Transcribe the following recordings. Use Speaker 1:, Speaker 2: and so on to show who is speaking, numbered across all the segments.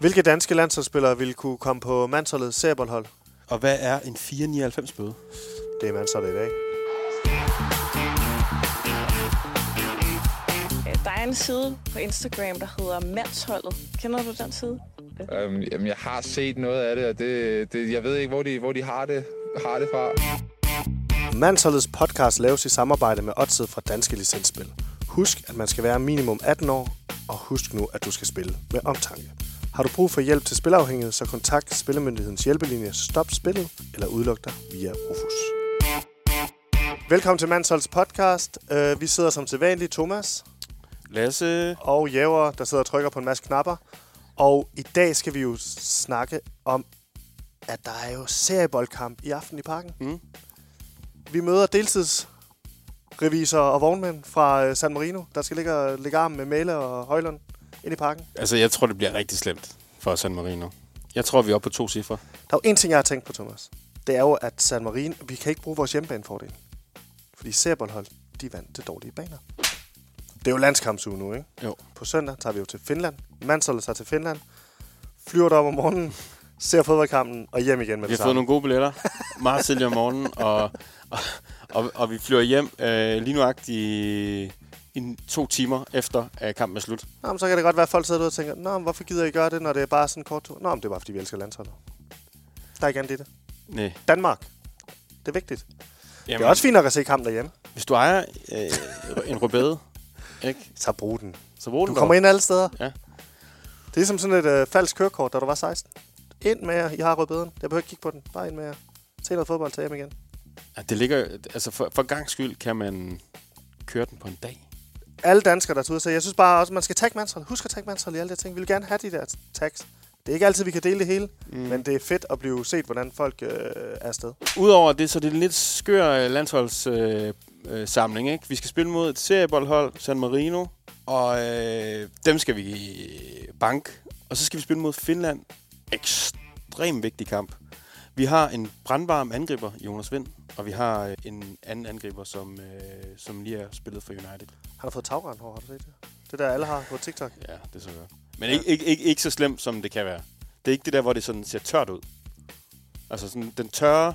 Speaker 1: Hvilke danske landsholdsspillere ville kunne komme på mandsholdets serboldhold?
Speaker 2: Og hvad er en 499 bøde?
Speaker 1: Det er mandsholdet i dag.
Speaker 3: Øh, Der er en side på Instagram, der hedder Mandsholdet. Kender du den side?
Speaker 4: Øhm, jamen, jeg har set noget af det, og det, det, jeg ved ikke, hvor de, hvor de har, det, har det fra.
Speaker 1: Mandsholdets podcast laves i samarbejde med Odset fra Danske Licensspil. Husk, at man skal være minimum 18 år, og husk nu, at du skal spille med omtanke. Har du brug for hjælp til spilafhængighed, så kontakt Spillemyndighedens hjælpelinje Stop Spillet eller udluk dig via Rufus. Velkommen til Mansholds podcast. Øh, Vi sidder som sædvanligt Thomas
Speaker 2: Lasse,
Speaker 1: og Jæver, der sidder og trykker på en masse knapper. Og i dag skal vi jo snakke om, at der er jo serieboldkamp i aften i parken.
Speaker 2: Mm.
Speaker 1: Vi møder deltidsrevisorer og vognmænd fra øh, San Marino, der skal ligge, og- ligge arm med Mæle og Højlund ind i parken.
Speaker 2: altså jeg tror, det bliver rigtig slemt for San Marino. Jeg tror, vi er oppe på to cifre.
Speaker 1: Der er jo en ting, jeg har tænkt på, Thomas. Det er jo, at San Marino, vi kan ikke bruge vores hjemmebanefordel. Fordi serboldhold, de vandt til dårlige baner. Det er jo landskampsuge nu, ikke?
Speaker 2: Jo.
Speaker 1: På søndag tager vi jo til Finland. Mansholdet tager til Finland. Flyver derop om morgenen. Ser fodboldkampen og hjem igen med
Speaker 2: Vi
Speaker 1: det
Speaker 2: har fået
Speaker 1: samme.
Speaker 2: nogle gode billetter meget tidligere om morgenen, og, og, og, og vi flyver hjem øh, lige nuagt i, i to timer efter at kampen er slut.
Speaker 1: Nå, men så kan det godt være, at folk sidder derude og tænker, Nå, men hvorfor gider I gøre det, når det er bare sådan en kort tur? Nå, men det er bare, fordi vi elsker landsholdet. Der er ikke andet i det.
Speaker 2: Nej.
Speaker 1: Danmark. Det er vigtigt.
Speaker 2: Jamen,
Speaker 1: Det er også fint nok at se kampen derhjemme.
Speaker 2: Hvis du ejer øh, en rubede, ikke?
Speaker 1: Så brug den.
Speaker 2: så brug
Speaker 1: Du
Speaker 2: den
Speaker 1: kommer ind alle steder.
Speaker 2: Ja.
Speaker 1: Det er ligesom sådan et øh, falsk kørekort, da du var 16. Ind med jer. I har rødbeden. Jeg behøver ikke kigge på den. Bare ind med jer. Se noget fodbold, tag hjem igen.
Speaker 2: Ja, det ligger, jo- altså for, for gang skyld kan man køre den på en dag.
Speaker 1: Alle danskere, der er ude, så jeg synes bare også, man skal tagge mandshold. Husk at tagge mandshold i alle de her ting. Vi vil gerne have de der tags. Det er ikke altid, vi kan dele det hele, mm. men det er fedt at blive set, hvordan folk øh, er afsted.
Speaker 2: Udover det, så er det en lidt skør landsholdssamling, øh, øh, samling, ikke? Vi skal spille mod et serieboldhold, San Marino, og øh, dem skal vi bank. Og så skal vi spille mod Finland. Ekstremt vigtig kamp. Vi har en brandvarm angriber, Jonas Vind, og vi har øh, en anden angriber, som, øh, som lige er spillet for United.
Speaker 1: Han har fået tagrand hår, har du set det? Det der, alle har på TikTok.
Speaker 2: Ja, det så godt. Men ikke, ikke, ikke, ikke så slemt, som det kan være. Det er ikke det der, hvor det sådan ser tørt ud. Altså sådan den tørre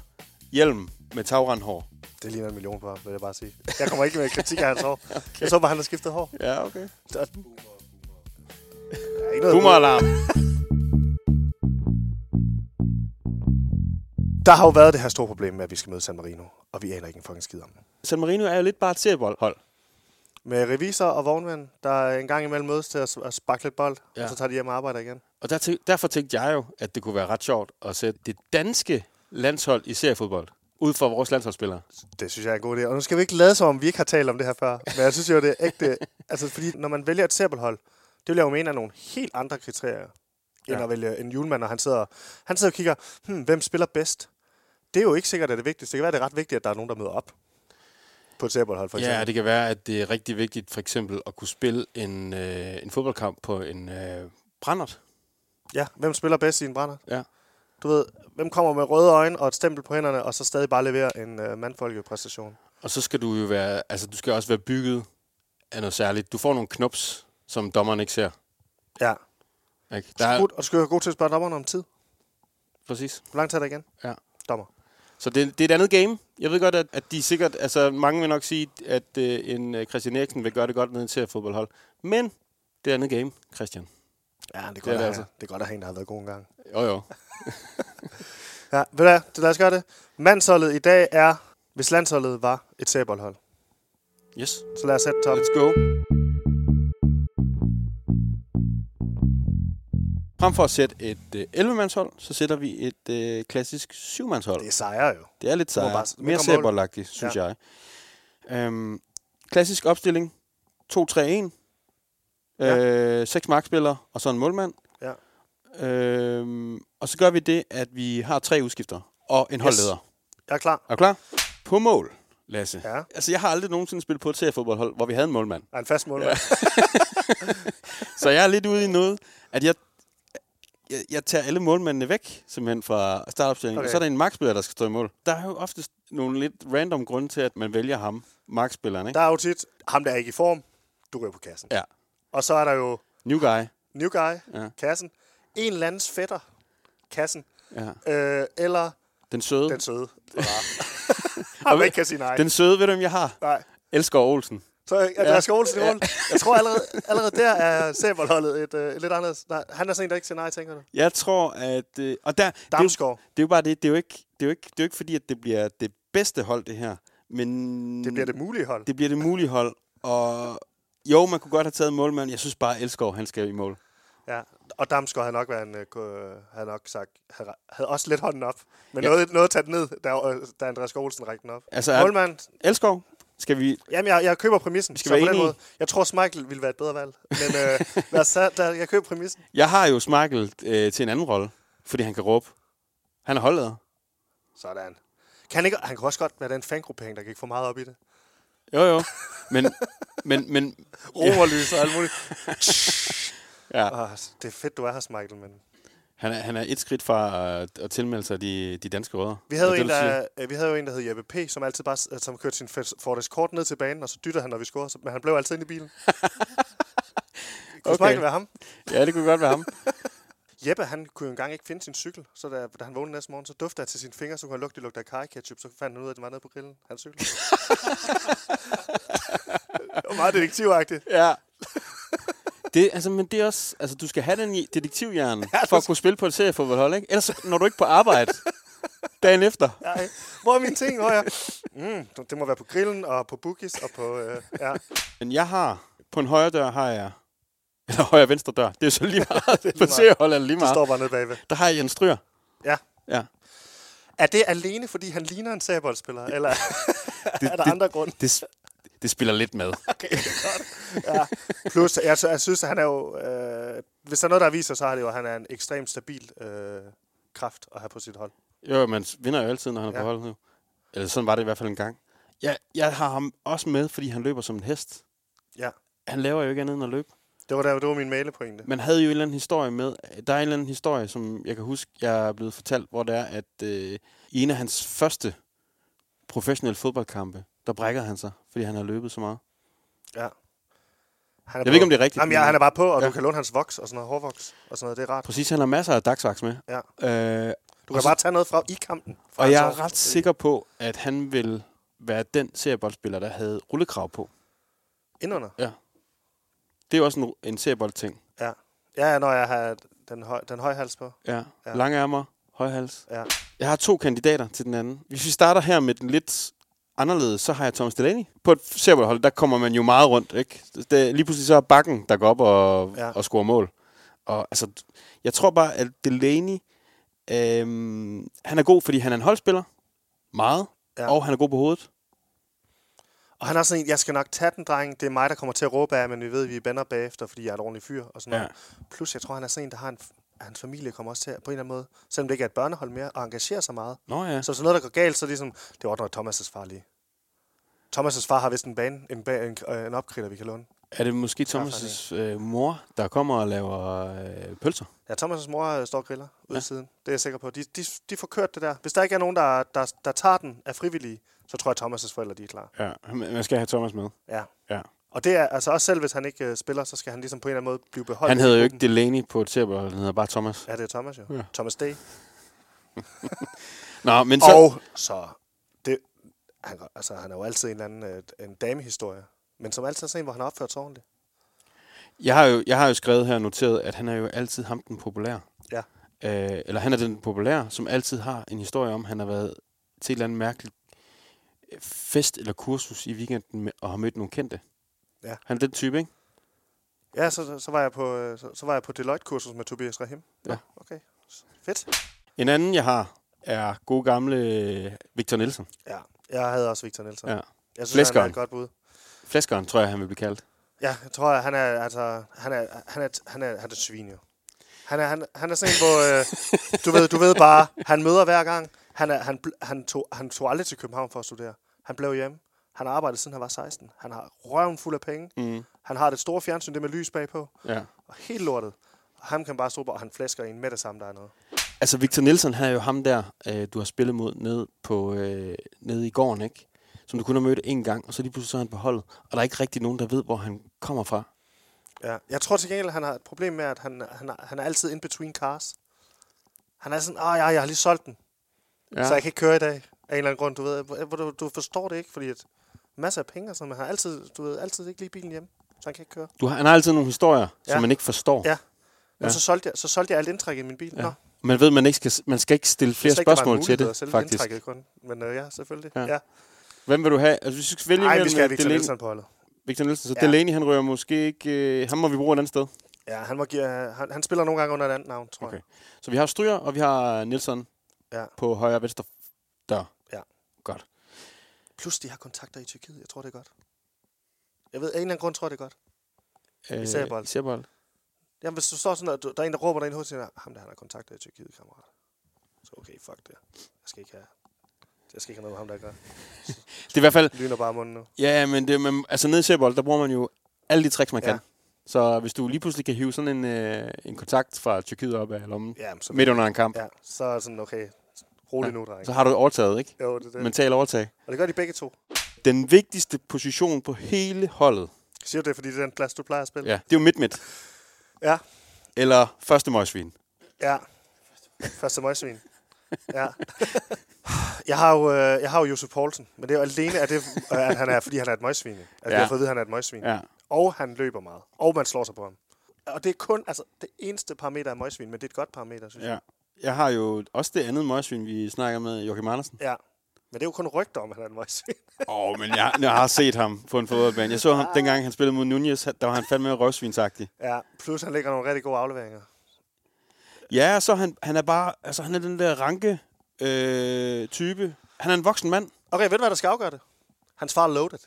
Speaker 2: hjelm med tagrandhår.
Speaker 1: Det ligner en million på ham, vil jeg bare sige. Jeg kommer ikke med kritik af hans hår. okay. Jeg så bare, han har skiftet hår.
Speaker 2: Ja, okay.
Speaker 1: Der er, der er ikke noget
Speaker 2: Boomeralarm.
Speaker 1: Der har jo været det her store problem med, at vi skal møde San Marino, og vi aner ikke en fucking skid om det.
Speaker 2: San Marino er jo lidt bare et serieboldhold.
Speaker 1: Med revisor og vognmænd, der en gang imellem mødes til at, at sparke lidt bold, ja.
Speaker 2: Ja.
Speaker 1: og så tager de hjem og arbejder igen.
Speaker 2: Og der tæ- derfor tænkte jeg jo, at det kunne være ret sjovt at sætte det danske landshold i seriefodbold ud for vores landsholdsspillere.
Speaker 1: Det synes jeg er en god idé. Og nu skal vi ikke lade som om, vi ikke har talt om det her før, men jeg synes jo, det er ægte. altså, fordi når man vælger et serboldhold, det vil jeg jo mene er nogle helt andre kriterier, end
Speaker 2: Ja.
Speaker 1: at vælge en julemand, og han sidder, han sidder og kigger, hmm, hvem spiller bedst? Det er jo ikke sikkert, at det er vigtigt. Det kan være, det er ret vigtigt, at der er nogen, der møder op på et serboldhold, for eksempel.
Speaker 2: Ja, det kan være, at det er rigtig vigtigt for eksempel at kunne spille en, øh, en fodboldkamp på en øh, brændert.
Speaker 1: Ja, hvem spiller bedst i en brænder?
Speaker 2: Ja.
Speaker 1: Du ved, hvem kommer med røde øjne og et stempel på hænderne, og så stadig bare leverer en øh, mandfolkepræstation?
Speaker 2: Og så skal du jo være, altså du skal også være bygget af noget særligt. Du får nogle knops, som dommeren ikke ser.
Speaker 1: Ja.
Speaker 2: Ikke? Der
Speaker 1: Der...
Speaker 2: er,
Speaker 1: Godt, og du skal være god til at spørge dommerne om tid.
Speaker 2: præcis.
Speaker 1: Hvor langt tager det igen?
Speaker 2: Ja.
Speaker 1: Dommer.
Speaker 2: Så det, det er et andet game. Jeg ved godt, at, at de sikkert, altså mange vil nok sige, at øh, en øh, Christian Eriksen vil gøre det godt ned til fodboldhold. Men det er et andet game, Christian.
Speaker 1: Ja, det er godt,
Speaker 2: det
Speaker 1: at have-
Speaker 2: altså.
Speaker 1: det er godt at have en, der har været god en gang.
Speaker 2: Jo jo.
Speaker 1: Ja, ved du hvad? Det- Lad os gøre det. Mandsholdet i dag er, hvis landsholdet var et sæboldhold.
Speaker 2: Yes,
Speaker 1: Så lad os sætte top.
Speaker 2: let's go. Frem for at sætte et øh, 11-mandshold, så sætter vi et øh, klassisk 7-mandshold.
Speaker 1: Det er sejre jo.
Speaker 2: Det er lidt
Speaker 1: må
Speaker 2: sejere.
Speaker 1: bare- man
Speaker 2: Mere
Speaker 1: kommer mål.
Speaker 2: sæberlagtigt, synes ja. jeg. Øhm, klassisk opstilling. 2-3-1. Øh, seks markspillere og så en målmand.
Speaker 1: Ja.
Speaker 2: Øhm, og så gør vi det, at vi har tre udskifter og en holdleder.
Speaker 1: Jeg er klar.
Speaker 2: Er du klar? På mål, Lasse.
Speaker 1: Ja.
Speaker 2: Altså, jeg har aldrig nogensinde spillet på et seriefodboldhold, hvor vi havde en målmand.
Speaker 1: Er en fast målmand.
Speaker 2: Så jeg er lidt ude i noget, at jeg, jeg, jeg tager alle målmændene væk, simpelthen fra startopstillingen. Okay.
Speaker 1: Okay.
Speaker 2: Og så er der en markspiller, der skal stå i mål. Der er jo oftest nogle lidt random grunde til, at man vælger ham, markspilleren, ikke?
Speaker 1: Der er jo tit, ham der er ikke i form, du ryger på kassen.
Speaker 2: Ja.
Speaker 1: Og så er der jo
Speaker 2: New guy.
Speaker 1: new guy,
Speaker 2: Ja.
Speaker 1: kassen. en eller andens fætter, kassen,
Speaker 2: Ja.
Speaker 1: øh, eller
Speaker 2: Den søde.
Speaker 1: den
Speaker 2: Den,
Speaker 1: søde. Og man ikke kan sige nej.
Speaker 2: den søde, ved du, hvem jeg har?
Speaker 1: nej.
Speaker 2: Elsker Olsen.
Speaker 1: Så er
Speaker 2: Ja.
Speaker 1: Lars Olsen i mål. Jeg tror allerede, allerede der er Sæberholdet et, øh, et lidt anderledes. Nej, han er sådan en, der ikke siger nej, tænker du?
Speaker 2: Jeg tror, at... Øh, og der, det, er jo,
Speaker 1: Damsgaard.
Speaker 2: det er jo bare det. Det er jo, ikke, det, er jo ikke, det er jo ikke fordi, at det bliver det bedste hold, det her. Men
Speaker 1: Det bliver det mulige hold.
Speaker 2: det bliver det mulige hold. Og jo, man kunne godt have taget målmand. Jeg synes bare, at Elskov, han skal i mål.
Speaker 1: Ja. Og Damsgaard havde nok, været en, øh, kunne, øh, havde nok sagt, havde, havde også lidt hånden op. Men ja. noget, noget at tage den ned, da, øh, da Andreas Olsen rækte den op.
Speaker 2: Altså,
Speaker 1: Ja.
Speaker 2: er,
Speaker 1: Målmand,
Speaker 2: Elskov, skal vi...
Speaker 1: jamen jeg, jeg køber præmissen.
Speaker 2: skal
Speaker 1: så
Speaker 2: være
Speaker 1: på den
Speaker 2: enige.
Speaker 1: måde. Jeg tror, Smeichel ville være et bedre valg. Men øh, lad os, tage- der, jeg køber præmissen.
Speaker 2: Jeg har jo Smarkel øh, til en anden rolle, fordi han kan råbe. Han er holdleder.
Speaker 1: Sådan. Kan han, ikke, han kunne også godt være den fangruppering, der gik for meget op i det.
Speaker 2: Jo, jo. Men, men, men,
Speaker 1: Romerlys og alt muligt.
Speaker 2: ja,
Speaker 1: Oh, det er fedt, du er her, Smeichel, men
Speaker 2: han, er, han er et skridt fra at, at tilmelde sig de, de danske rødder.
Speaker 1: Vi havde,
Speaker 2: Er
Speaker 1: jo
Speaker 2: det,
Speaker 1: en,
Speaker 2: du siger?
Speaker 1: der, øh, vi havde jo en, der hed Jeppe P., som altid bare s- øh, som kørte sin Fes- Ford Escort ned til banen, og så dytter han, når vi scorer, så- men han blev altid inde i bilen. Kunne
Speaker 2: Okay.
Speaker 1: okay. være ham?
Speaker 2: Ja, det kunne godt være ham.
Speaker 1: Jeppe, han kunne jo engang ikke finde sin cykel, så da, da han vågnede næste morgen, så duftede jeg til sine fingre, så kunne han lugte, det lugte af kariketchup, så fandt han ud af, at det var nede på grillen, hans cykel. det var meget detektivagtigt.
Speaker 2: Ja. Det, altså, men det er også... Altså, du skal have den i detektivhjernen ja, for at kunne spille på et seriefodboldhold, ikke? Ellers så når du ikke på arbejde dagen efter. Ja.
Speaker 1: Ej, hvor er mine ting? Hvor er jeg? Mm, det må være på grillen og på bookies og på... Øh, ja.
Speaker 2: Men jeg har... På en højre dør har jeg... Eller højre venstre dør. Det er så lige meget.
Speaker 1: lige
Speaker 2: på
Speaker 1: meget.
Speaker 2: seriehold er det lige
Speaker 1: Du
Speaker 2: meget.
Speaker 1: står bare nede bagved.
Speaker 2: Der har jeg Jens Stryger.
Speaker 1: Ja.
Speaker 2: Ja.
Speaker 1: Er det alene, fordi han ligner en sabboldspiller, eller er der
Speaker 2: det-
Speaker 1: andre grunde?
Speaker 2: Det, s- det spiller lidt med.
Speaker 1: Plus, jeg, sy- jeg synes, at han er jo... Øh, hvis der er noget, der viser, så har det jo, at han er en ekstremt stabil øh, kraft at have på sit hold.
Speaker 2: Jo, man vinder jo altid, når han er
Speaker 1: Ja.
Speaker 2: på holdet. jo. Eller sådan var det i hvert fald en gang. Jeg, jeg har ham også med, fordi han løber som en hest.
Speaker 1: Ja.
Speaker 2: Han laver jo ikke andet end at løbe.
Speaker 1: Det var, der, det var min malepointe.
Speaker 2: Man havde jo en eller anden historie med. Der er en eller anden historie, som jeg kan huske, jeg er blevet fortalt, hvor det er, at øh, i en af hans første professionelle fodboldkampe, der brækker han sig, fordi han har løbet så meget.
Speaker 1: Ja. Han er
Speaker 2: Jeg ved ikke, om det er rigtigt.
Speaker 1: Jamen, ja, han er bare på, og ja.
Speaker 2: Ja.
Speaker 1: du kan låne hans voks og sådan noget, hårvoks og sådan noget. Det er rart.
Speaker 2: Præcis, han har masser af dagsvaks med.
Speaker 1: Ja.
Speaker 2: Øh,
Speaker 1: Du
Speaker 2: Og
Speaker 1: kan
Speaker 2: så-
Speaker 1: bare tage noget fra i kampen. Fra
Speaker 2: og
Speaker 1: hans
Speaker 2: jeg er
Speaker 1: år.
Speaker 2: ret sikker på, at han vil være den serieboldspiller, der havde rullekrav på.
Speaker 1: Indunder.
Speaker 2: Det er jo også en, en serieboldting.
Speaker 1: Ja. Ja, ja, når jeg har den, høj, den høje hals på.
Speaker 2: Ja.
Speaker 1: Ja.
Speaker 2: ja. Lange ærmer, højhals.
Speaker 1: Ja.
Speaker 2: Jeg har to kandidater til den anden. Hvis vi starter her med den lidt anderledes, så har jeg Thomas Delaney. På et serverhold, der kommer man jo meget rundt, ikke? Det, lige pludselig så er bakken, der går op og,
Speaker 1: Ja.
Speaker 2: ja. og scorer mål. Og altså, jeg tror bare, at Delaney, øhm, han er god, fordi han er en holdspiller. Meget.
Speaker 1: Ja.
Speaker 2: Ja. Og han er god på hovedet.
Speaker 1: Og han er sådan en, jeg skal nok tage den, dreng. Det er mig, der kommer til at råbe af, jer, men vi ved, at vi er venner bagefter, fordi jeg er et ordentligt fyr og sådan
Speaker 2: Ja.
Speaker 1: noget. Plus, jeg tror, han er sådan en, der har en, hans familie kommer også til at, på en eller anden måde, selvom det ikke er et børnehold mere, og engagerer sig meget.
Speaker 2: Nå ja.
Speaker 1: Så hvis der er noget, der går galt, så er det ligesom, det ordner Thomas' far lige. Thomas' far har vist en bane, en, bane, en, øh, en opkritter, vi kan låne.
Speaker 2: Er det måske
Speaker 1: Træffer
Speaker 2: Thomas' øh, mor, der kommer og laver øh, pølser?
Speaker 1: Ja, Thomas' mor øh, står og griller ude ja.
Speaker 2: Ja.
Speaker 1: siden. Det er jeg sikker på. De, de, de får kørt det der. Hvis der ikke er nogen, der, der, der tager den af frivillige, så tror jeg, Thomas' forældre de er klar.
Speaker 2: Ja, man skal have Thomas med.
Speaker 1: Ja.
Speaker 2: Ja.
Speaker 1: Og det er altså også selv, hvis han ikke øh, spiller, så skal han ligesom på en eller anden måde blive beholdt.
Speaker 2: Han
Speaker 1: i
Speaker 2: hedder jo
Speaker 1: gruppen.
Speaker 2: ikke Delaney på et serverhold, han hedder bare Thomas.
Speaker 1: Ja, det er Thomas jo. Ja.
Speaker 2: Ja.
Speaker 1: Thomas Day.
Speaker 2: Nå, men så...
Speaker 1: Så... Og så, det, han, altså, han er jo altid en eller anden øh, en damehistorie. Men som altid er sådan en, hvor han har opført sig ordentligt.
Speaker 2: Jeg har, jo, jeg har jo skrevet her og noteret, at han er jo altid ham den populære.
Speaker 1: Ja.
Speaker 2: Øh, eller han er den populære, som altid har en historie om, at han har været til et eller andet mærkeligt øh, fest eller kursus i weekenden med, og har mødt nogle kendte.
Speaker 1: Ja.
Speaker 2: Han er den type, ikke?
Speaker 1: Ja, så, så, var, jeg på, øh, så, så var jeg på Deloitte-kursus med Tobias Rahim.
Speaker 2: Ja.
Speaker 1: Okay, S- fedt.
Speaker 2: En anden, jeg har, er god gamle øh, Victor Nielsen.
Speaker 1: Ja, jeg havde også Victor Nielsen.
Speaker 2: Ja.
Speaker 1: Jeg synes, han er
Speaker 2: Flæskeren.
Speaker 1: et godt bud.
Speaker 2: Flaskeren, tror jeg, han vil blive kaldt.
Speaker 1: Ja, jeg tror, han er, altså, han er, han er, han er, han er et svin, jo. Han er, han, han er sådan en, hvor, øh, du, ved, du ved bare, han møder hver gang. Han, er, han, bl- han, tog, han tog aldrig til København for at studere. Han blev hjemme. Han har arbejdet, siden han var 16. Han har røven fuld af penge.
Speaker 2: Mm.
Speaker 1: Han har det store fjernsyn, det med lys bagpå.
Speaker 2: Ja.
Speaker 1: Og helt lortet. Og ham kan bare stå på, og han flæsker en med det samme, der er noget.
Speaker 2: Altså, Victor Nielsen, han er jo ham der, øh, du har spillet mod nede, på, øh, nede i gården, ikke? Som du kun har mødt én gang, og så lige pludselig så er han på holdet. Og der er ikke rigtig nogen, der ved, hvor han kommer fra.
Speaker 1: Ja. Jeg tror til gengæld, han har et problem med, at han, han, er- han er altid in between cars. Han er sådan, ah ja, jeg har lige solgt den, ja. så jeg kan ikke køre i dag. Af en eller anden grund, du ved. Hvor Du, du forstår det ikke, fordi at masser af penge og sådan, men han har altid, du ved, altid ikke lige bilen hjemme, så han kan ikke køre.
Speaker 2: Du har, han har altid nogle historier, ja.
Speaker 1: Ja.
Speaker 2: som man ikke forstår.
Speaker 1: Ja. Men
Speaker 2: Ja.
Speaker 1: så solgte jeg, så solgte jeg alt indtrækket i min bil. Ja. Nå, jeg
Speaker 2: Man ved, man ikke skal, man skal ikke stille flere
Speaker 1: vidste ikke, der var en
Speaker 2: spørgsmål til
Speaker 1: mulighed at
Speaker 2: det,
Speaker 1: sælge
Speaker 2: faktisk.
Speaker 1: Indtrækket kun. Men øh, ja, selvfølgelig.
Speaker 2: Ja.
Speaker 1: Ja. Ja.
Speaker 2: Hvem vil du have? Altså, hvis vi skal vælge
Speaker 1: Ej,
Speaker 2: mellem
Speaker 1: vi skal have
Speaker 2: øh,
Speaker 1: Victor
Speaker 2: Delaney-
Speaker 1: Nielsen på holdet.
Speaker 2: Victor Nielsen. Så
Speaker 1: Ja.
Speaker 2: Delaney, han rører måske ikke... Øh, ham må vi bruge et andet sted.
Speaker 1: Ja, han, må give, øh, han, han spiller nogle gange under et andet navn, tror
Speaker 2: Okay.
Speaker 1: okay.
Speaker 2: Så vi har Stryger, og vi har Nielsen
Speaker 1: Ja.
Speaker 2: på højre og venstre dør.
Speaker 1: Ja.
Speaker 2: Godt.
Speaker 1: jeg. Plus, de har kontakter i Tyrkiet. Jeg tror, det er godt. Jeg ved, af en eller anden grund tror jeg, det er godt.
Speaker 2: Øh,
Speaker 1: Isærbold.
Speaker 2: Isærbold.
Speaker 1: Jamen, hvis du står sådan, og du- der er en, der råber dig ind i hovedet, siger, ham der, han har kontakter i Tyrkiet, kammerat. Så okay, fuck det. Jeg skal ikke have, jeg skal ikke have noget med ham, der gør.
Speaker 2: Det er i hvert fald...
Speaker 1: Lyner bare munden nu.
Speaker 2: Ja, men det, man, altså nede i Isærbold, der bruger man jo alle de tricks, man
Speaker 1: Ja.
Speaker 2: kan. Så hvis du lige pludselig kan hive sådan en, øh, en kontakt fra Tyrkiet op af lommen
Speaker 1: Ja, men så,
Speaker 2: midt under en kamp,
Speaker 1: ja, så er det sådan, okay, rolig
Speaker 2: Ja.
Speaker 1: nu, dreng.
Speaker 2: så har du overtaget, ikke?
Speaker 1: Jo, det er det. Men...
Speaker 2: Mental overtag.
Speaker 1: Og det gør de begge to.
Speaker 2: Den vigtigste position på hele holdet,
Speaker 1: Siger du det, fordi det er den plads, du plejer at spille?
Speaker 2: ja. det er jo midt-midt.
Speaker 1: Ja.
Speaker 2: Eller første møgsvin.
Speaker 1: Ja. Første møgsvin. Ja. Jeg har, jo, øh, jeg har jo Josef Poulsen, men det er jo alene, at, det, øh, at han er, fordi han er et møgsvin. ikke? Altså, ja.
Speaker 2: Ja.
Speaker 1: vi har fået at vide, at han er et møgsvin.
Speaker 2: Ja.
Speaker 1: Og han løber meget. Og man slår sig på ham. Og det er kun, altså, det eneste parameter er møgsvin, men det er et godt parameter, synes jeg.
Speaker 2: ja. Jeg har jo også det andet møgsvin, vi snakker med, Joachim Andersen.
Speaker 1: Ja. Men det er jo kun rygter om, at han er en møgsvin.
Speaker 2: Åh, oh, men jeg, jeg, har set ham på en fodboldbane. Jeg så ham, dengang han spillede mod Nunez, han- der var han fandme røvsvinsagtig.
Speaker 1: ja, plus han lægger nogle rigtig gode afleveringer.
Speaker 2: Ja, og så han, han er bare, altså han er den der ranke øh, type. Han er en voksen mand.
Speaker 1: Okay, ved du, hvad der skal afgøre det? Hans far er loaded.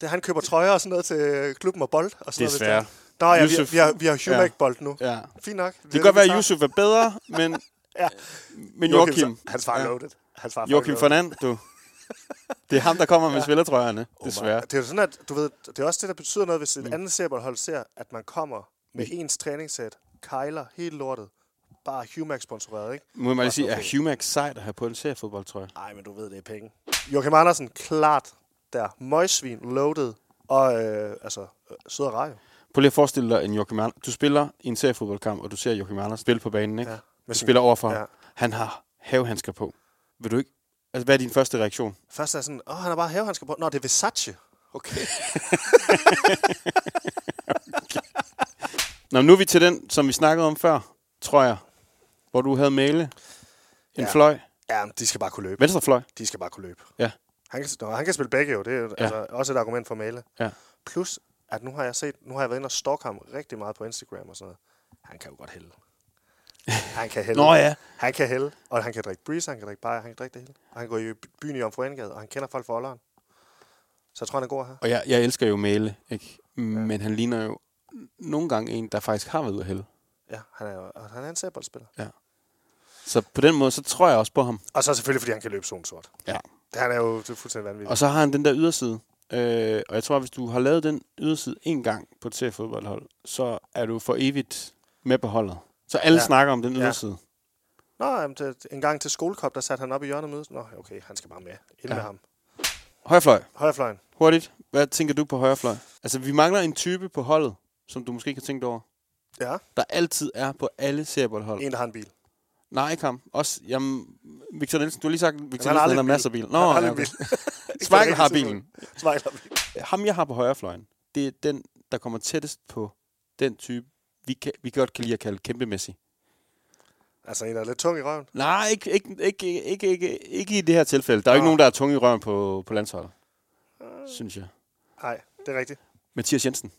Speaker 1: Det, er, han køber trøjer og sådan noget til klubben og bold. Og sådan
Speaker 2: Desværre.
Speaker 1: Noget, hvis der er. Nå ja, vi,
Speaker 2: Yusuf-
Speaker 1: vi har, vi har
Speaker 2: Ja.
Speaker 1: Humac bold nu.
Speaker 2: Ja.
Speaker 1: Fint nok.
Speaker 2: Det kan godt være,
Speaker 1: vi
Speaker 2: at
Speaker 1: tager.
Speaker 2: Yusuf er bedre, men,
Speaker 1: Ja.
Speaker 2: men Joachim,
Speaker 1: så- Hans far
Speaker 2: Ja.
Speaker 1: ja. loaded. Hans far er
Speaker 2: Joachim
Speaker 1: fucking loaded.
Speaker 2: Fernand, du. Det er ham, der kommer med ja. spillertrøjerne, desværre.
Speaker 1: Det er jo sådan, at du ved, det er også det, der betyder noget, hvis et mm. andet serieboldhold ser, at man kommer med
Speaker 2: Mm.
Speaker 1: ens træningssæt, kejler helt lortet, bare Humac-sponsoreret, ikke?
Speaker 2: Må man lige sige, er Humax sejt at have på en seriefodboldtrøje?
Speaker 1: Nej, men du ved, det er penge. Joachim Andersen, klart der. Møgsvin, loaded, og øh, altså, øh, sød og rar jo.
Speaker 2: Prøv lige at forestille dig en Joachim Andersen. Du spiller i en seriefodboldkamp, og du ser Joachim Andersen spille på banen, ikke?
Speaker 1: Ja.
Speaker 2: Ja.
Speaker 1: Med
Speaker 2: Du
Speaker 1: sin-
Speaker 2: spiller overfor
Speaker 1: Ja.
Speaker 2: ham. Han har havehandsker på. Vil du ikke? Altså, hvad er din første reaktion?
Speaker 1: Først er jeg sådan, åh, han har bare have, han skal på. Nå, det er Versace. Okay.
Speaker 2: Nå, men nu er vi til den, som vi snakkede om før, tror jeg. Hvor du havde male. En
Speaker 1: Ja.
Speaker 2: ja. fløj.
Speaker 1: ja, men de skal bare kunne løbe.
Speaker 2: Venstre fløj.
Speaker 1: De skal bare kunne løbe.
Speaker 2: Ja.
Speaker 1: Han kan, nå, han kan spille begge jo, det er jo, ja.
Speaker 2: Ja.
Speaker 1: altså, også et argument for Male.
Speaker 2: Ja.
Speaker 1: Plus, at nu har jeg set, nu har jeg været inde og stalke ham rigtig meget på Instagram og sådan noget. Han kan jo godt hælde. Han kan hælde.
Speaker 2: Nå ja.
Speaker 1: Han kan hælde, og han kan drikke breeze, han kan drikke bajer, han kan drikke det hele. Og han går i byen i Omfruengade, og han kender folk fra Olderen. Så jeg tror, han er god her.
Speaker 2: Og jeg, jeg elsker jo male, ikke? Men han ligner jo nogle gange en, der faktisk har været ude at hælde.
Speaker 1: Ja, han er, jo- og han er en sæboldspiller.
Speaker 2: Så på den måde, så tror jeg også på ham.
Speaker 1: Og så selvfølgelig, fordi han kan løbe zone sort.
Speaker 2: Ja.
Speaker 1: Det- Han er jo det er fuldstændig vanvittig.
Speaker 2: Og så har han den der yderside. Øh, og jeg tror, at hvis du har lavet den yderside en gang på et seriefodboldhold, så er du for evigt med på holdet. Så alle
Speaker 1: Ja.
Speaker 2: ja. snakker om den
Speaker 1: Ja.
Speaker 2: yderside.
Speaker 1: Nå, jamen, det, en gang til skolekop, der satte han op i hjørnet og mødte. Nå, okay, han skal bare med. Ind ja. med
Speaker 2: Ja.
Speaker 1: ham.
Speaker 2: Højrefløj.
Speaker 1: Højrefløjen.
Speaker 2: Hurtigt. Hvad tænker du på højrefløj? Altså, vi mangler en type på holdet, som du måske ikke har tænkt over.
Speaker 1: Ja,
Speaker 2: Der altid er på alle serieboldhold.
Speaker 1: en, der har en bil.
Speaker 2: Nej, ikke ham. Også, jamen, Victor Nielsen. Du har lige sagt, at Victor
Speaker 1: Han har
Speaker 2: Nielsen han
Speaker 1: aldrig
Speaker 2: har
Speaker 1: bil.
Speaker 2: masser af bil.
Speaker 1: Han
Speaker 2: Nå,
Speaker 1: har
Speaker 2: ja,
Speaker 1: aldrig
Speaker 2: okay.
Speaker 1: bil. Ikke på
Speaker 2: Schmeichel
Speaker 1: det
Speaker 2: har
Speaker 1: rigtige
Speaker 2: bilen.
Speaker 1: tidspunkt. Schmeichel har bilen.
Speaker 2: Ham, jeg har på højrefløjen, det er den, der kommer tættest på den type, vi, kan, vi godt kan lide at kalde kæmpemæssig.
Speaker 1: Altså, en der er lidt tung i røven.
Speaker 2: Nej, ikke, ikke, ikke, ikke, ikke, ikke i det her tilfælde. Der er jo ikke
Speaker 1: Nå. Øh.
Speaker 2: nogen, der er tunge i røven på, på landsholdet, synes jeg.
Speaker 1: Nej, det er rigtigt.
Speaker 2: Mathias Jensen.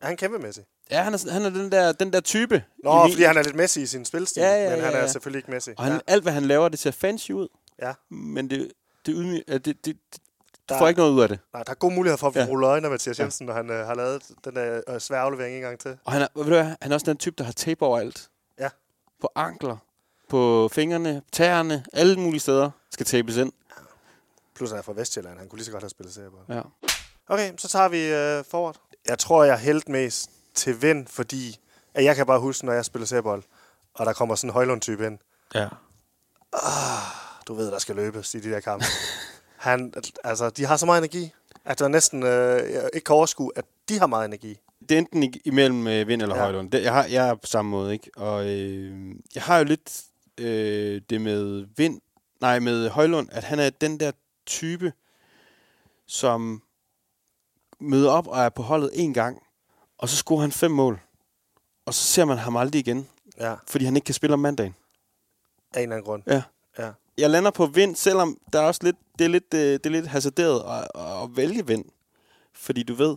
Speaker 1: Er han kæmpemæssig?
Speaker 2: Ja, han er, sådan- han er den, der, den der type.
Speaker 1: Nå,
Speaker 2: I min-
Speaker 1: fordi han er lidt mæssig i sin spilstil,
Speaker 2: Ja, ja,
Speaker 1: men
Speaker 2: ja,
Speaker 1: han er
Speaker 2: ja.
Speaker 1: selvfølgelig ikke mæssig.
Speaker 2: Og han,
Speaker 1: ja.
Speaker 2: ja. alt, hvad han laver, det ser fancy ud.
Speaker 1: Ja.
Speaker 2: Men det, det, ydmy, ja, det, det, det du
Speaker 1: Der-
Speaker 2: får ikke noget ud af det.
Speaker 1: Nej, der er god mulighed for at
Speaker 2: Ja.
Speaker 1: rulle øjne af Mathias Jensen, når han øh, har lavet den der øh, svære aflevering en gang til.
Speaker 2: Og han er, ved du hvad, han er også den type, der har tape over alt.
Speaker 1: Ja.
Speaker 2: På ankler, på fingrene, tæerne, alle mulige steder skal tapes ind.
Speaker 1: Plus han er fra Vestjylland, han kunne lige så godt have spillet serie på.
Speaker 2: Ja.
Speaker 1: Okay, så tager vi øh, forward. Jeg tror, jeg hældt mest til vind, fordi at jeg kan bare huske, når jeg spiller seriebold, og der kommer sådan en Højlund-type ind.
Speaker 2: ja.
Speaker 1: Du ved, der skal løbes i de der kampe. Han, altså, de har så meget energi, at der næsten øh, jeg ikke kan overskue, at de har meget energi.
Speaker 2: det er enten i- imellem øh, vind eller
Speaker 1: Ja.
Speaker 2: ja. højlund. Det, jeg, har, jeg er på samme måde, ikke? Og øh, jeg har jo lidt øh, det med vind, nej, med højlund, at han er den der type, som møder op og er på holdet en gang, og så scorer han fem mål, og så ser man ham aldrig igen,
Speaker 1: Ja,
Speaker 2: fordi han ikke kan spille om mandagen.
Speaker 1: af en eller anden grund.
Speaker 2: Ja.
Speaker 1: Ja.
Speaker 2: Jeg lander på vind, selvom der er også lidt, det, er lidt, øh, det er lidt hasarderet at, at vælge vind. Fordi du ved,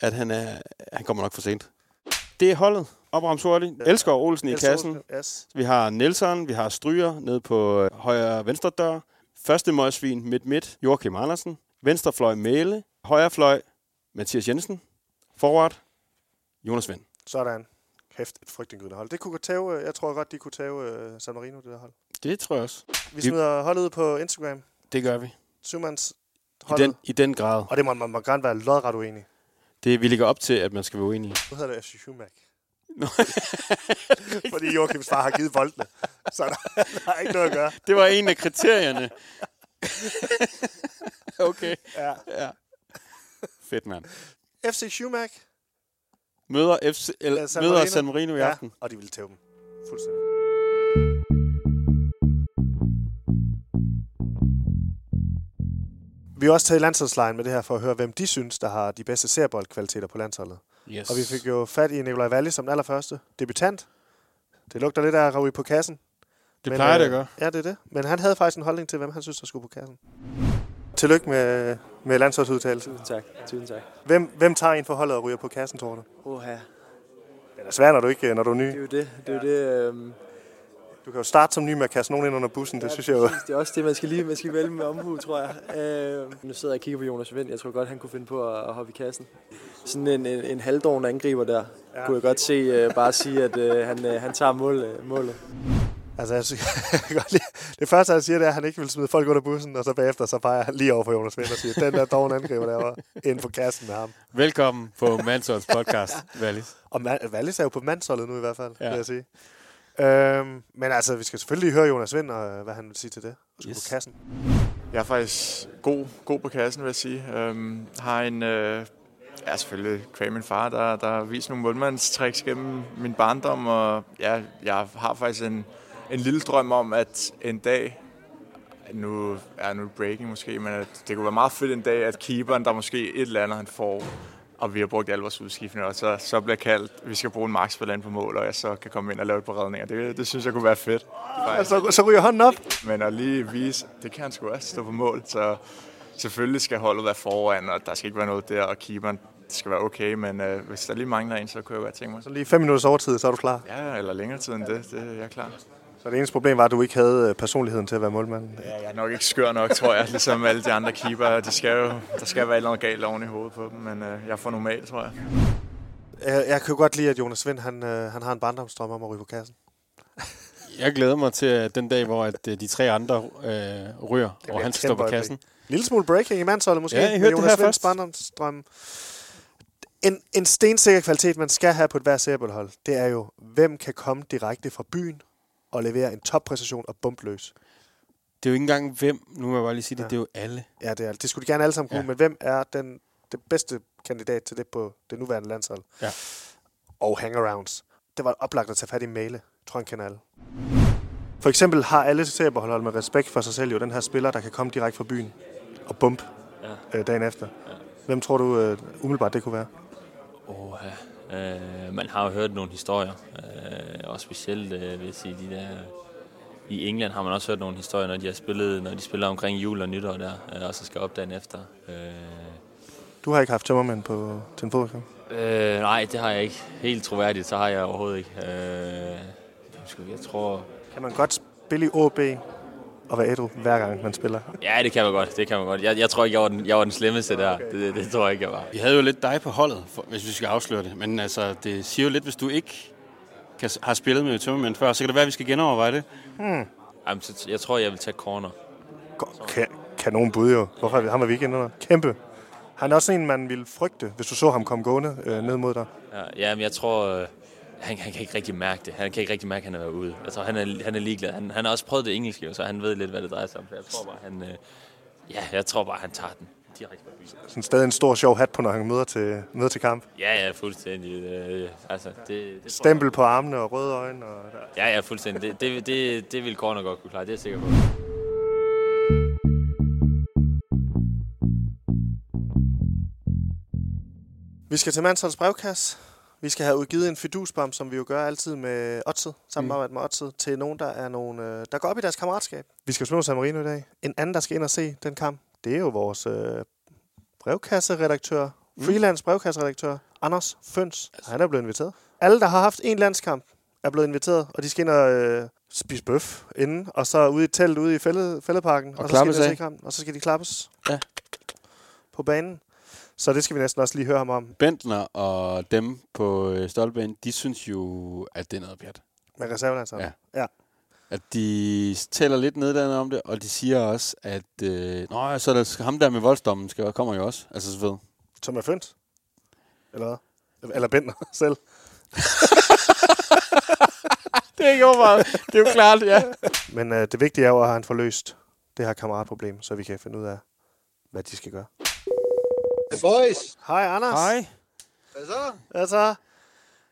Speaker 2: at han, er, han kommer nok for sent. Det er holdet. Opram Sorti.
Speaker 1: Ja.
Speaker 2: Elsker Olsen i kassen.
Speaker 1: Yes.
Speaker 2: Vi har Nelson, vi har Stryger ned på øh, højre og venstre dør. Første møgsvin midt midt, Joachim Andersen. Venstre fløj Mæle. Højre fløj Mathias Jensen. Forward Jonas Vind.
Speaker 1: Sådan. Kæft, et frygtindgydende hold. Det kunne godt tage, øh, jeg tror godt, de kunne tage øh, San Marino, det der hold.
Speaker 2: Det tror jeg også.
Speaker 1: Vi
Speaker 2: Vi-
Speaker 1: smider holdet ud på Instagram.
Speaker 2: Det gør vi.
Speaker 1: Syvmands
Speaker 2: I
Speaker 1: holdet.
Speaker 2: den, I den grad.
Speaker 1: Og det må man må gerne være lodret uenig.
Speaker 2: Det vi ligger op til, at man skal være uenig.
Speaker 1: Nu hedder det FC Schumack.
Speaker 2: Nå.
Speaker 1: Fordi Joachims far har givet boldene. Så der, der er ikke noget at gøre.
Speaker 2: Det var en af kriterierne. okay.
Speaker 1: Ja.
Speaker 2: Ja. Fedt, mand.
Speaker 1: FC Schumack.
Speaker 2: Møder, FC,
Speaker 1: Ja,
Speaker 2: eller,
Speaker 1: San
Speaker 2: San møder
Speaker 1: Marino.
Speaker 2: San Marino i
Speaker 1: Ja,
Speaker 2: aften.
Speaker 1: og de ville tæve dem. Fuldstændig. Vi har også taget landsholdslejen med det her for at høre, hvem de synes, der har de bedste serieboldkvaliteter på landsholdet.
Speaker 2: Yes.
Speaker 1: Og vi fik jo fat i Nikolaj Valle som den allerførste debutant. Det lugter lidt af at ryge på kassen.
Speaker 2: det
Speaker 1: Men,
Speaker 2: plejer det
Speaker 1: øh,
Speaker 2: at gøre.
Speaker 1: Ja, det er det. Men han havde faktisk en holdning til, hvem han synes, der skulle på kassen. Tillykke med, med landsholdsudtagelsen.
Speaker 5: Tusind tak. Tusind tak.
Speaker 1: Hvem, hvem tager en for holdet og ryger på kassen, tror du?
Speaker 5: Oha,
Speaker 1: Det er svært, når du, ikke, øh, når du er ny.
Speaker 5: det er jo det. Det er jo det. øhm,
Speaker 1: Du kan jo starte som ny med at kaste nogen ind under bussen, det synes jeg jo.
Speaker 5: præcis. Det er også det, man skal lige man skal vælge med omhu, tror jeg. Øhm, nu sidder jeg og kigger på Jonas Vind. Jeg tror godt, han kunne finde på at, at hoppe i kassen. Sådan en, en, en halvdoven angriber der, ja. kunne jeg godt se øh, bare sige, at øh, han, øh, han tager mål, øh, målet.
Speaker 1: Altså, jeg synes, jeg kan godt lide- det første, han siger, det er, at han ikke vil smide folk under bussen, og så bagefter, så peger han lige over for Jonas Vind og siger, den der dogne angriber der var ind på kassen med ham.
Speaker 2: Velkommen på Mansons podcast, Valis.
Speaker 1: Og Ma- Wallis er jo på mandsholdet nu i hvert fald, ja.
Speaker 2: Ja.
Speaker 1: vil jeg sige. Øhm, men altså, vi skal selvfølgelig høre Jonas Vind, og øh, hvad han vil sige til det. Og yes.
Speaker 2: Yes.
Speaker 1: på kassen.
Speaker 6: Jeg er faktisk god, god på kassen, vil jeg sige. Øhm, har en, øh, ja selvfølgelig, Cray, min far, der, der har vist nogle målmandstricks gennem min barndom, og ja, jeg har faktisk en, en lille drøm om, at en dag, nu er ja, nu er det breaking måske, men at det kunne være meget fedt en dag, at keeperen, der måske et eller andet, han får, og vi har brugt alle vores udskiftninger, og så, så bliver kaldt, vi skal bruge en markspiller ind på mål, og jeg så kan komme ind og lave et par redninger. Det, det synes jeg kunne være fedt. Faktisk.
Speaker 1: Så, så ryger hånden op.
Speaker 6: Men at lige vise, det kan han sgu også stå på mål, så selvfølgelig skal holdet være foran, og der skal ikke være noget der, og keeperen skal være okay, men øh, hvis der lige mangler en, så kunne jeg godt tænke mig.
Speaker 1: Så lige fem minutters overtid, så er du klar.
Speaker 6: Ja, eller længere tid end det, det er jeg klar.
Speaker 1: Så det eneste problem var, at du ikke havde øh, personligheden til at være målmand.
Speaker 6: Ja, jeg er nok ikke skør nok, tror jeg, ligesom alle de andre keeper. De skal jo, der skal være et eller andet galt oven i hovedet på dem, men øh, jeg får normal, tror jeg.
Speaker 1: Jeg, jeg kan jo godt lide, at Jonas Vind, han, øh, han har en barndomsdrøm om at ryge på kassen.
Speaker 2: Jeg glæder mig til at den dag, hvor at øh, de tre andre øh, ryger, og
Speaker 1: et kæmpe
Speaker 2: han skal stå på
Speaker 1: øjeblik.
Speaker 2: kassen.
Speaker 1: Lille smule breaking i mandsholdet måske.
Speaker 2: Ja, I
Speaker 1: med
Speaker 2: hørte det
Speaker 1: Jonas
Speaker 2: her
Speaker 1: Vinds
Speaker 2: først.
Speaker 1: barndomsdrøm. En, en stensikker kvalitet, man skal have på et hver serieboldhold, det er jo, hvem kan komme direkte fra byen og levere en toppræstation og bumpløs.
Speaker 2: Det er jo ikke engang hvem, nu må jeg bare lige sige det, ja. det er jo alle.
Speaker 1: Ja, det, er, det skulle de gerne alle sammen kunne, ja.
Speaker 2: Ja.
Speaker 1: men hvem er den, det bedste kandidat til det på det nuværende landshold?
Speaker 2: Ja.
Speaker 1: Og hangarounds. Det var oplagt at tage fat i Male. Jeg tror, han kender alle. For eksempel har alle seriebeholdhold med respekt for sig selv jo den her spiller, der kan komme direkte fra byen og bump ja. øh, dagen efter. Ja. Hvem tror du øh, umiddelbart, det kunne være?
Speaker 7: Oha. Øh, man har jo hørt nogle historier, øh, og specielt øh, vil jeg sige, de der, i England har man også hørt nogle historier, når de har spillet, når de spiller omkring jul og nytår der, øh, og så skal op dagen efter. Øh,
Speaker 1: Du har ikke haft tømmermænd på, til en fodboldkamp.
Speaker 7: Øh, nej, det har jeg ikke. Helt troværdigt, så har jeg overhovedet ikke. Øh, sgu, jeg tror...
Speaker 1: Kan man godt spille i OB og være ædru hver gang, man spiller?
Speaker 7: Ja, det kan man godt. Det kan man godt. Jeg, jeg tror ikke, jeg var den, jeg var den slemmeste der. Det, det, det tror jeg ikke, jeg var.
Speaker 2: Vi havde jo lidt dig på holdet, for, hvis vi skal afsløre det. Men altså, det siger jo lidt, hvis du ikke kan, har spillet med tømmermænd før, så kan det være, at vi skal genoverveje det.
Speaker 7: Jamen, så, jeg tror, jeg vil tage corner.
Speaker 1: Godt, Ka- kanon bud jo. Hvorfor ham er vi ikke inde under? Kæmpe. Han er også en, man ville frygte, hvis du så ham komme gående øh, ned mod dig.
Speaker 7: Ja, ja men jeg tror... Øh, han, han kan ikke rigtig mærke det. Han kan ikke rigtig mærke, at han er været ude. Jeg tror, han er, han er ligeglad. Han, han har også prøvet det engelske, jo, så han ved lidt, hvad det drejer sig om. Så Jeg tror bare, han... Øh, ja, jeg tror bare, han tager den direkte fra byen.
Speaker 1: Sådan stadig en stor sjov hat på, når han møder til, møder til kamp.
Speaker 7: Ja, ja, fuldstændig. Øh, altså, det, det tror jeg-
Speaker 1: Stempel på armene og røde øjne. Og
Speaker 7: Ja, ja, fuldstændig. Det, det, det, det vil Corner godt kunne klare, det er jeg sikker på.
Speaker 1: Vi skal til Mansholds brevkasse. Vi skal have udgivet en fidusbom, som vi jo gør altid med Otzed, samarbejde mm. med Otzed, til nogen, der er nogle, øh, der går op i deres kammeratskab. Vi skal slå San Marino i dag. En anden, der skal ind og se den kamp, det er jo vores øh, brevkasseredaktør, mm. freelance brevkasseredaktør, Anders Føns. Han er blevet inviteret. Alle, der har haft en landskamp, er blevet inviteret, og de skal ind og øh, spise bøf inden, og så ude i et telt ude i fælde, fældeparken, og, og, så skal
Speaker 2: klappes
Speaker 1: de ind og se
Speaker 2: af.
Speaker 1: kampen, og så skal de klappes
Speaker 2: Ja.
Speaker 1: på banen. Så det skal vi næsten også lige høre ham om.
Speaker 2: Bentner og dem på øh, Stolpen, de synes jo, at det er noget pjat.
Speaker 1: Med reservelandsholdet? ja.
Speaker 2: At de taler lidt nedladende om det, og de siger også, at øh, Nå, ja, så er der ham der med voldsdommen, skal, kommer jo også. Altså, så ved.
Speaker 1: Som er fønt? Eller hvad? Eller Bender selv?
Speaker 2: Det er ikke overvejet. det er jo klart, ja.
Speaker 1: Men øh, det vigtige er jo, at han får løst det her kammeratproblem, så vi kan finde ud af, hvad de skal gøre.
Speaker 8: Boys,
Speaker 1: Hej, Anders.
Speaker 2: Hej.
Speaker 8: hvad så?
Speaker 1: Hvad så?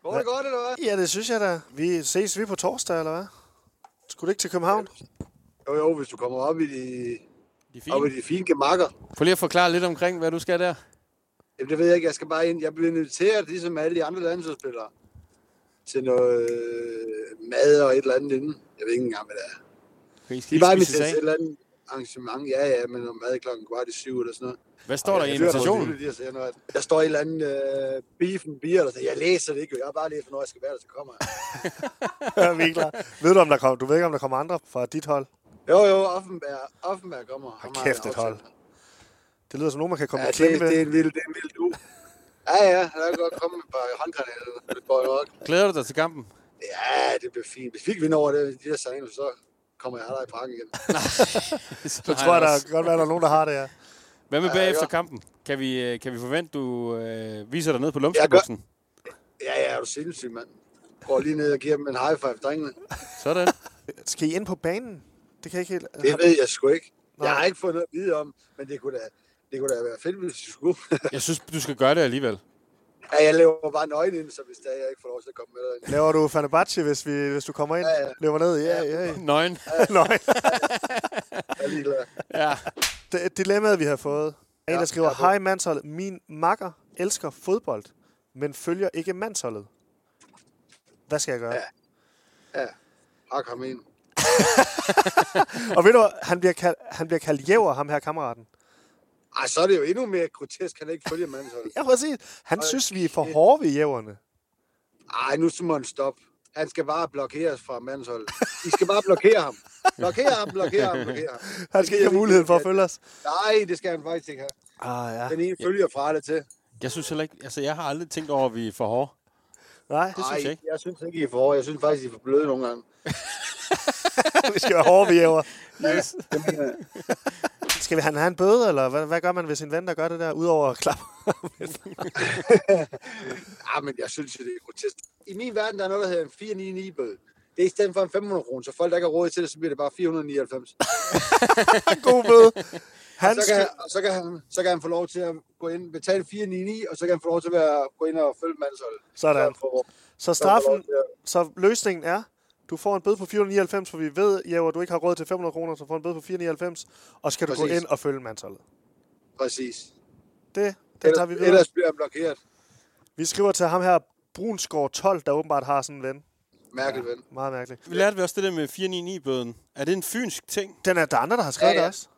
Speaker 8: Går det godt, eller hvad?
Speaker 1: Ja, det synes jeg da. Vi ses vi på torsdag, eller hvad? Skulle du ikke til København?
Speaker 8: Jo, jo, hvis du kommer op i de,
Speaker 2: Det er
Speaker 8: op i
Speaker 2: fint.
Speaker 8: de fine gemakker.
Speaker 2: Prøv lige at forklare lidt omkring, hvad du skal der.
Speaker 8: Jamen, det ved jeg ikke. Jeg skal bare ind. Jeg bliver inviteret, ligesom alle de andre landsholdsspillere, til noget øh, mad og et eller andet inden. Jeg ved ikke engang, hvad det er.
Speaker 2: Okay, I
Speaker 8: De
Speaker 2: skal
Speaker 8: er bare
Speaker 2: lige
Speaker 8: inviteret
Speaker 2: spise
Speaker 8: til et
Speaker 2: af.
Speaker 8: eller andet arrangement. Ja, ja, men om mad klokken kvart i syv eller sådan noget.
Speaker 2: Hvad står der i
Speaker 8: Jeg hører på
Speaker 2: invitationen?
Speaker 8: Jule, de siger noget. Jeg står i et eller andet øh, beefen beer, og så jeg læser det ikke. Jeg har bare læst, når jeg skal være der, så kommer jeg.
Speaker 1: Ja, vi er klar. Ved du, om der kommer, du ved ikke, om der kommer andre fra dit hold?
Speaker 8: Jo, jo, Offenberg, Offenberg kommer. Ham har jeg
Speaker 1: kæft, et
Speaker 8: aftalt
Speaker 1: hold. Det lyder som nogen, man kan komme
Speaker 8: Ja,
Speaker 1: ja, i
Speaker 8: det,
Speaker 1: klemme
Speaker 8: det, er
Speaker 1: ved.
Speaker 8: en vild, det er en vild du. Ja, ja, der kan godt komme et par håndgranater. Det går nok.
Speaker 2: Glæder du dig til kampen?
Speaker 8: Ja, det bliver fint. Hvis vi ikke vinder over det, de der sejler, så kommer jeg der i parken igen.
Speaker 1: Så tror jeg, der kan godt være, der er nogen, der har det, ja.
Speaker 2: Hvad med
Speaker 8: Ja,
Speaker 2: bagefter
Speaker 8: ja.
Speaker 2: kampen? Kan vi, øh, kan vi forvente, du øh, viser dig ned på
Speaker 8: Jeg gør-
Speaker 2: lumskebuksen?
Speaker 8: Ja, ja, er du sindssyg, mand. Går lige ned og giver dem en high five, drengene.
Speaker 2: Sådan.
Speaker 1: Skal I ind på banen? Det kan jeg ikke helt...
Speaker 8: Det ved jeg sgu ikke. Jeg har
Speaker 1: Nej.
Speaker 8: ikke fået noget at vide om, men det kunne da, det kunne da være fedt, hvis du skulle.
Speaker 2: Jeg synes, du skal gøre det alligevel.
Speaker 8: Ja, jeg laver bare nøgen ind, så hvis der jeg ikke får lov til at komme med dig.
Speaker 1: Laver du Fenerbahce, hvis, vi, hvis du kommer ind?
Speaker 8: Ja, ja.
Speaker 1: Løber ned? Ja, ja, ja.
Speaker 2: Nøgen.
Speaker 1: Nej.
Speaker 8: Jeg er ligeglad.
Speaker 2: Ja.
Speaker 1: D- dilemmaet, vi har fået. En, der skriver,
Speaker 8: ja, det-
Speaker 1: Hej mandsholdet, min makker elsker fodbold, men følger ikke mandsholdet. Hvad skal jeg gøre? Ja.
Speaker 8: Hak ham ind.
Speaker 1: Og ved du, hvad? han bliver, kaldt, han bliver kaldt jæver, ham her kammeraten.
Speaker 8: Ej, så er det jo endnu mere grotesk, han ikke følger mandsholdet.
Speaker 1: Ja, præcis. Han synes, vi er for hårde ved jæverne.
Speaker 8: Ej, nu må han stoppe. Han skal bare blokeres fra mandsholdet. I skal bare blokere ham. Blokere ham, blokere ham, blokere ham.
Speaker 1: Han skal ikke have muligheden for at følge os.
Speaker 8: Nej, det skal han faktisk ikke have.
Speaker 1: Ah, ja.
Speaker 8: Den ene følger fra det til.
Speaker 2: Jeg synes heller ikke... Altså, jeg har aldrig tænkt over, at vi er for hårde.
Speaker 1: Nej,
Speaker 2: Det synes jeg
Speaker 8: Nej,
Speaker 2: ikke.
Speaker 8: jeg synes ikke, I er for hårde. Jeg synes faktisk, I er for bløde nogle gange.
Speaker 1: vi skal være hårde ved jæver.
Speaker 2: Yes.
Speaker 8: Det mener jeg.
Speaker 1: Skal vi han have en bøde, eller hvad, hvad gør man, hvis en ven, der gør det der, udover at klappe?
Speaker 8: Ah, men jeg synes, jo, det er grotesk. I min verden, der er noget, der hedder en 499-bøde. Det er i stedet for en 500 kroner, så folk, der ikke har råd til det, så bliver det bare 499.
Speaker 1: God bøde. Han
Speaker 8: Så
Speaker 1: skal...
Speaker 8: kan, og så kan, han, så kan han få lov til at gå ind, betale 499, og så kan han få lov til at være, gå ind og følge mandsholdet. Så
Speaker 1: Sådan.
Speaker 8: han får-
Speaker 1: Så
Speaker 8: så han får
Speaker 1: straffen,
Speaker 8: lov til at-
Speaker 1: Så løsningen er, du får en bøde på 499, for vi ved, Jæver, du ikke har råd til 500 kroner, så får en bøde på 499, og skal du gå
Speaker 8: Præcis.
Speaker 1: ind og følge mandsholdet.
Speaker 8: Præcis.
Speaker 1: Det, det tager
Speaker 8: Ellers,
Speaker 1: vi videre.
Speaker 8: ellers bliver han blokeret.
Speaker 1: Vi skriver til ham her, Brunsgaard 12, der åbenbart har sådan en ven.
Speaker 8: Mærkeligt, ven.
Speaker 1: Meget mærkeligt.
Speaker 2: Vi lærte vi også det der med 499-bøden. Er det en fynsk ting?
Speaker 1: Den er der er andre, der har skrevet
Speaker 8: Ja, ja.
Speaker 1: det også.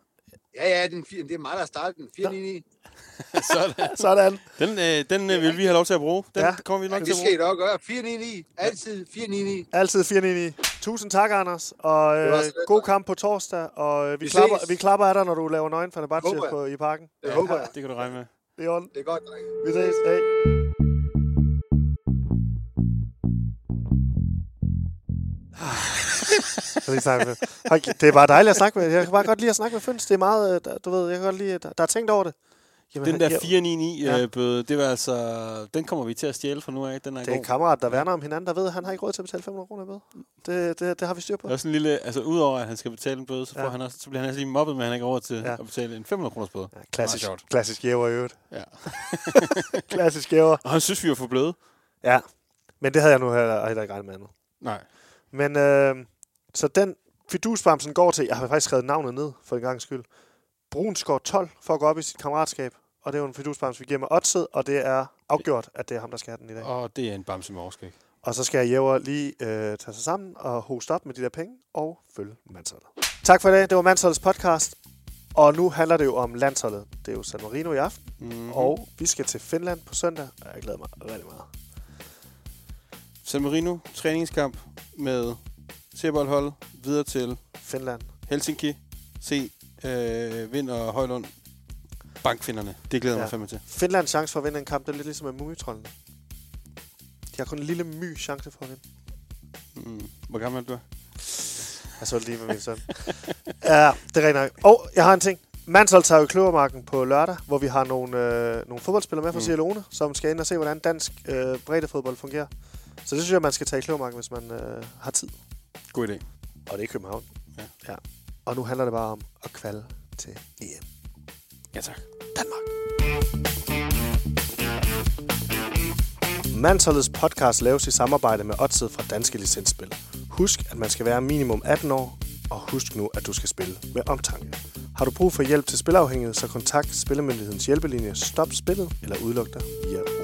Speaker 8: Ja, ja, den, fir- det er mig, der har startet den. 499.
Speaker 2: Sådan.
Speaker 1: Sådan.
Speaker 2: Den, øh, den øh, vil vi have lov til at bruge. Den
Speaker 1: Ja.
Speaker 2: ja. kommer vi nok til
Speaker 8: Det
Speaker 2: at
Speaker 8: skal I
Speaker 2: bruge.
Speaker 8: nok gøre. 499. Altid 499.
Speaker 1: Altid 499. Tusind tak, Anders, og
Speaker 8: Det var
Speaker 1: øh,
Speaker 8: så lidt,
Speaker 1: god
Speaker 8: mand.
Speaker 1: kamp på torsdag, og øh, vi, vi,
Speaker 8: Vi
Speaker 1: klapper,
Speaker 8: ses.
Speaker 1: vi klapper af dig, når du laver nøgen for
Speaker 8: Håber jeg.
Speaker 1: på i parken.
Speaker 8: Det håber jeg.
Speaker 2: Det kan du regne med.
Speaker 1: Det er ondt.
Speaker 8: Det er godt, drenge.
Speaker 1: Vi ses. Hey. Så lige snakke med. Hold kæ- Det er bare dejligt at snakke med. Jeg kan bare godt lide at snakke med Føns. Det er meget, øh, der- du ved, jeg kan godt lide, at der, der er tænkt over det.
Speaker 2: Jamen,
Speaker 1: han-
Speaker 2: den der
Speaker 1: ja,
Speaker 2: 499-bøde, det var altså... Den kommer vi til at stjæle fra nu af. Den er,
Speaker 1: Det er en
Speaker 2: god.
Speaker 1: kammerat, der værner om hinanden, der ved, at han har ikke råd til at betale 500 kroner ved. Det, det, det har vi styr på.
Speaker 2: Der er også en lille... Altså, udover at han skal betale en bøde, så, får
Speaker 1: Ja.
Speaker 2: han også, så bliver han også lige mobbet med, at han ikke har råd til
Speaker 1: Ja.
Speaker 2: ja. at betale en 500 kroners bøde.
Speaker 1: Ja, klassisk,
Speaker 2: Meget sjovt.
Speaker 1: klassisk jæver i øvrigt.
Speaker 2: Ja.
Speaker 1: Klassisk jæver.
Speaker 2: Og han synes, vi var for bløde.
Speaker 1: Ja. Men det havde jeg nu heller, heller ikke regnet med andet.
Speaker 2: Nej.
Speaker 1: Men øh, så den fidusbamsen går til, jeg har faktisk skrevet navnet ned for en gang skyld, Brunsgaard 12 for at gå op i sit kammeratskab. Og det er jo en fidusbams, vi giver med oddset, og det er afgjort, at det er ham, der skal have den i dag.
Speaker 2: Og det er en bamse med overskæg.
Speaker 1: Og så skal Jæver lige øh, tage sig sammen og hoste op med de der penge og følge mandsholdet. Tak for i dag. Det var Mandsholdets podcast. Og nu handler det jo om landsholdet. Det er jo San Marino i aften. Mm-hmm. Og vi skal til Finland på søndag. Og jeg glæder mig rigtig meget.
Speaker 2: San Marino, træningskamp med Seaboldholdet, videre til
Speaker 1: Finland.
Speaker 2: Helsinki, se øh, Vind og Højlund, bankfinderne. Det glæder jeg
Speaker 1: Ja.
Speaker 2: mig fandme til.
Speaker 1: Finlands chance for at vinde en kamp, det er lidt ligesom med mumitrollene. De har kun en lille my chance for at vinde.
Speaker 2: Mm. Hvor gammel er du?
Speaker 1: Jeg så det lige med min søn. ja, det er rigtig nok. Og jeg har en ting. Manshold tager jo i Kløvermarken på lørdag, hvor vi har nogle, øh, nogle fodboldspillere med fra
Speaker 2: Mm.
Speaker 1: Cialone, som skal ind og se, hvordan dansk øh, breddefodbold fungerer. Så det synes jeg, man skal tage i Kløvermarken, hvis man øh, har tid.
Speaker 2: God idé.
Speaker 1: Og det er i København.
Speaker 2: Ja.
Speaker 1: ja. Og nu handler det bare om at kvalde til EM.
Speaker 2: Ja tak.
Speaker 1: Mansholdets podcast laves i samarbejde med Odset fra Danske Licensspil. Husk, at man skal være minimum 18 år, og husk nu, at du skal spille med omtanke. Har du brug for hjælp til spilafhængighed, så kontakt Spillemyndighedens hjælpelinje Stop Spillet eller udluk dig via